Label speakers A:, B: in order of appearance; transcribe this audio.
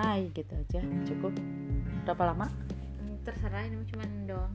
A: hai gitu aja cukup berapa lama
B: terserah Hmm, ini mah cuman doang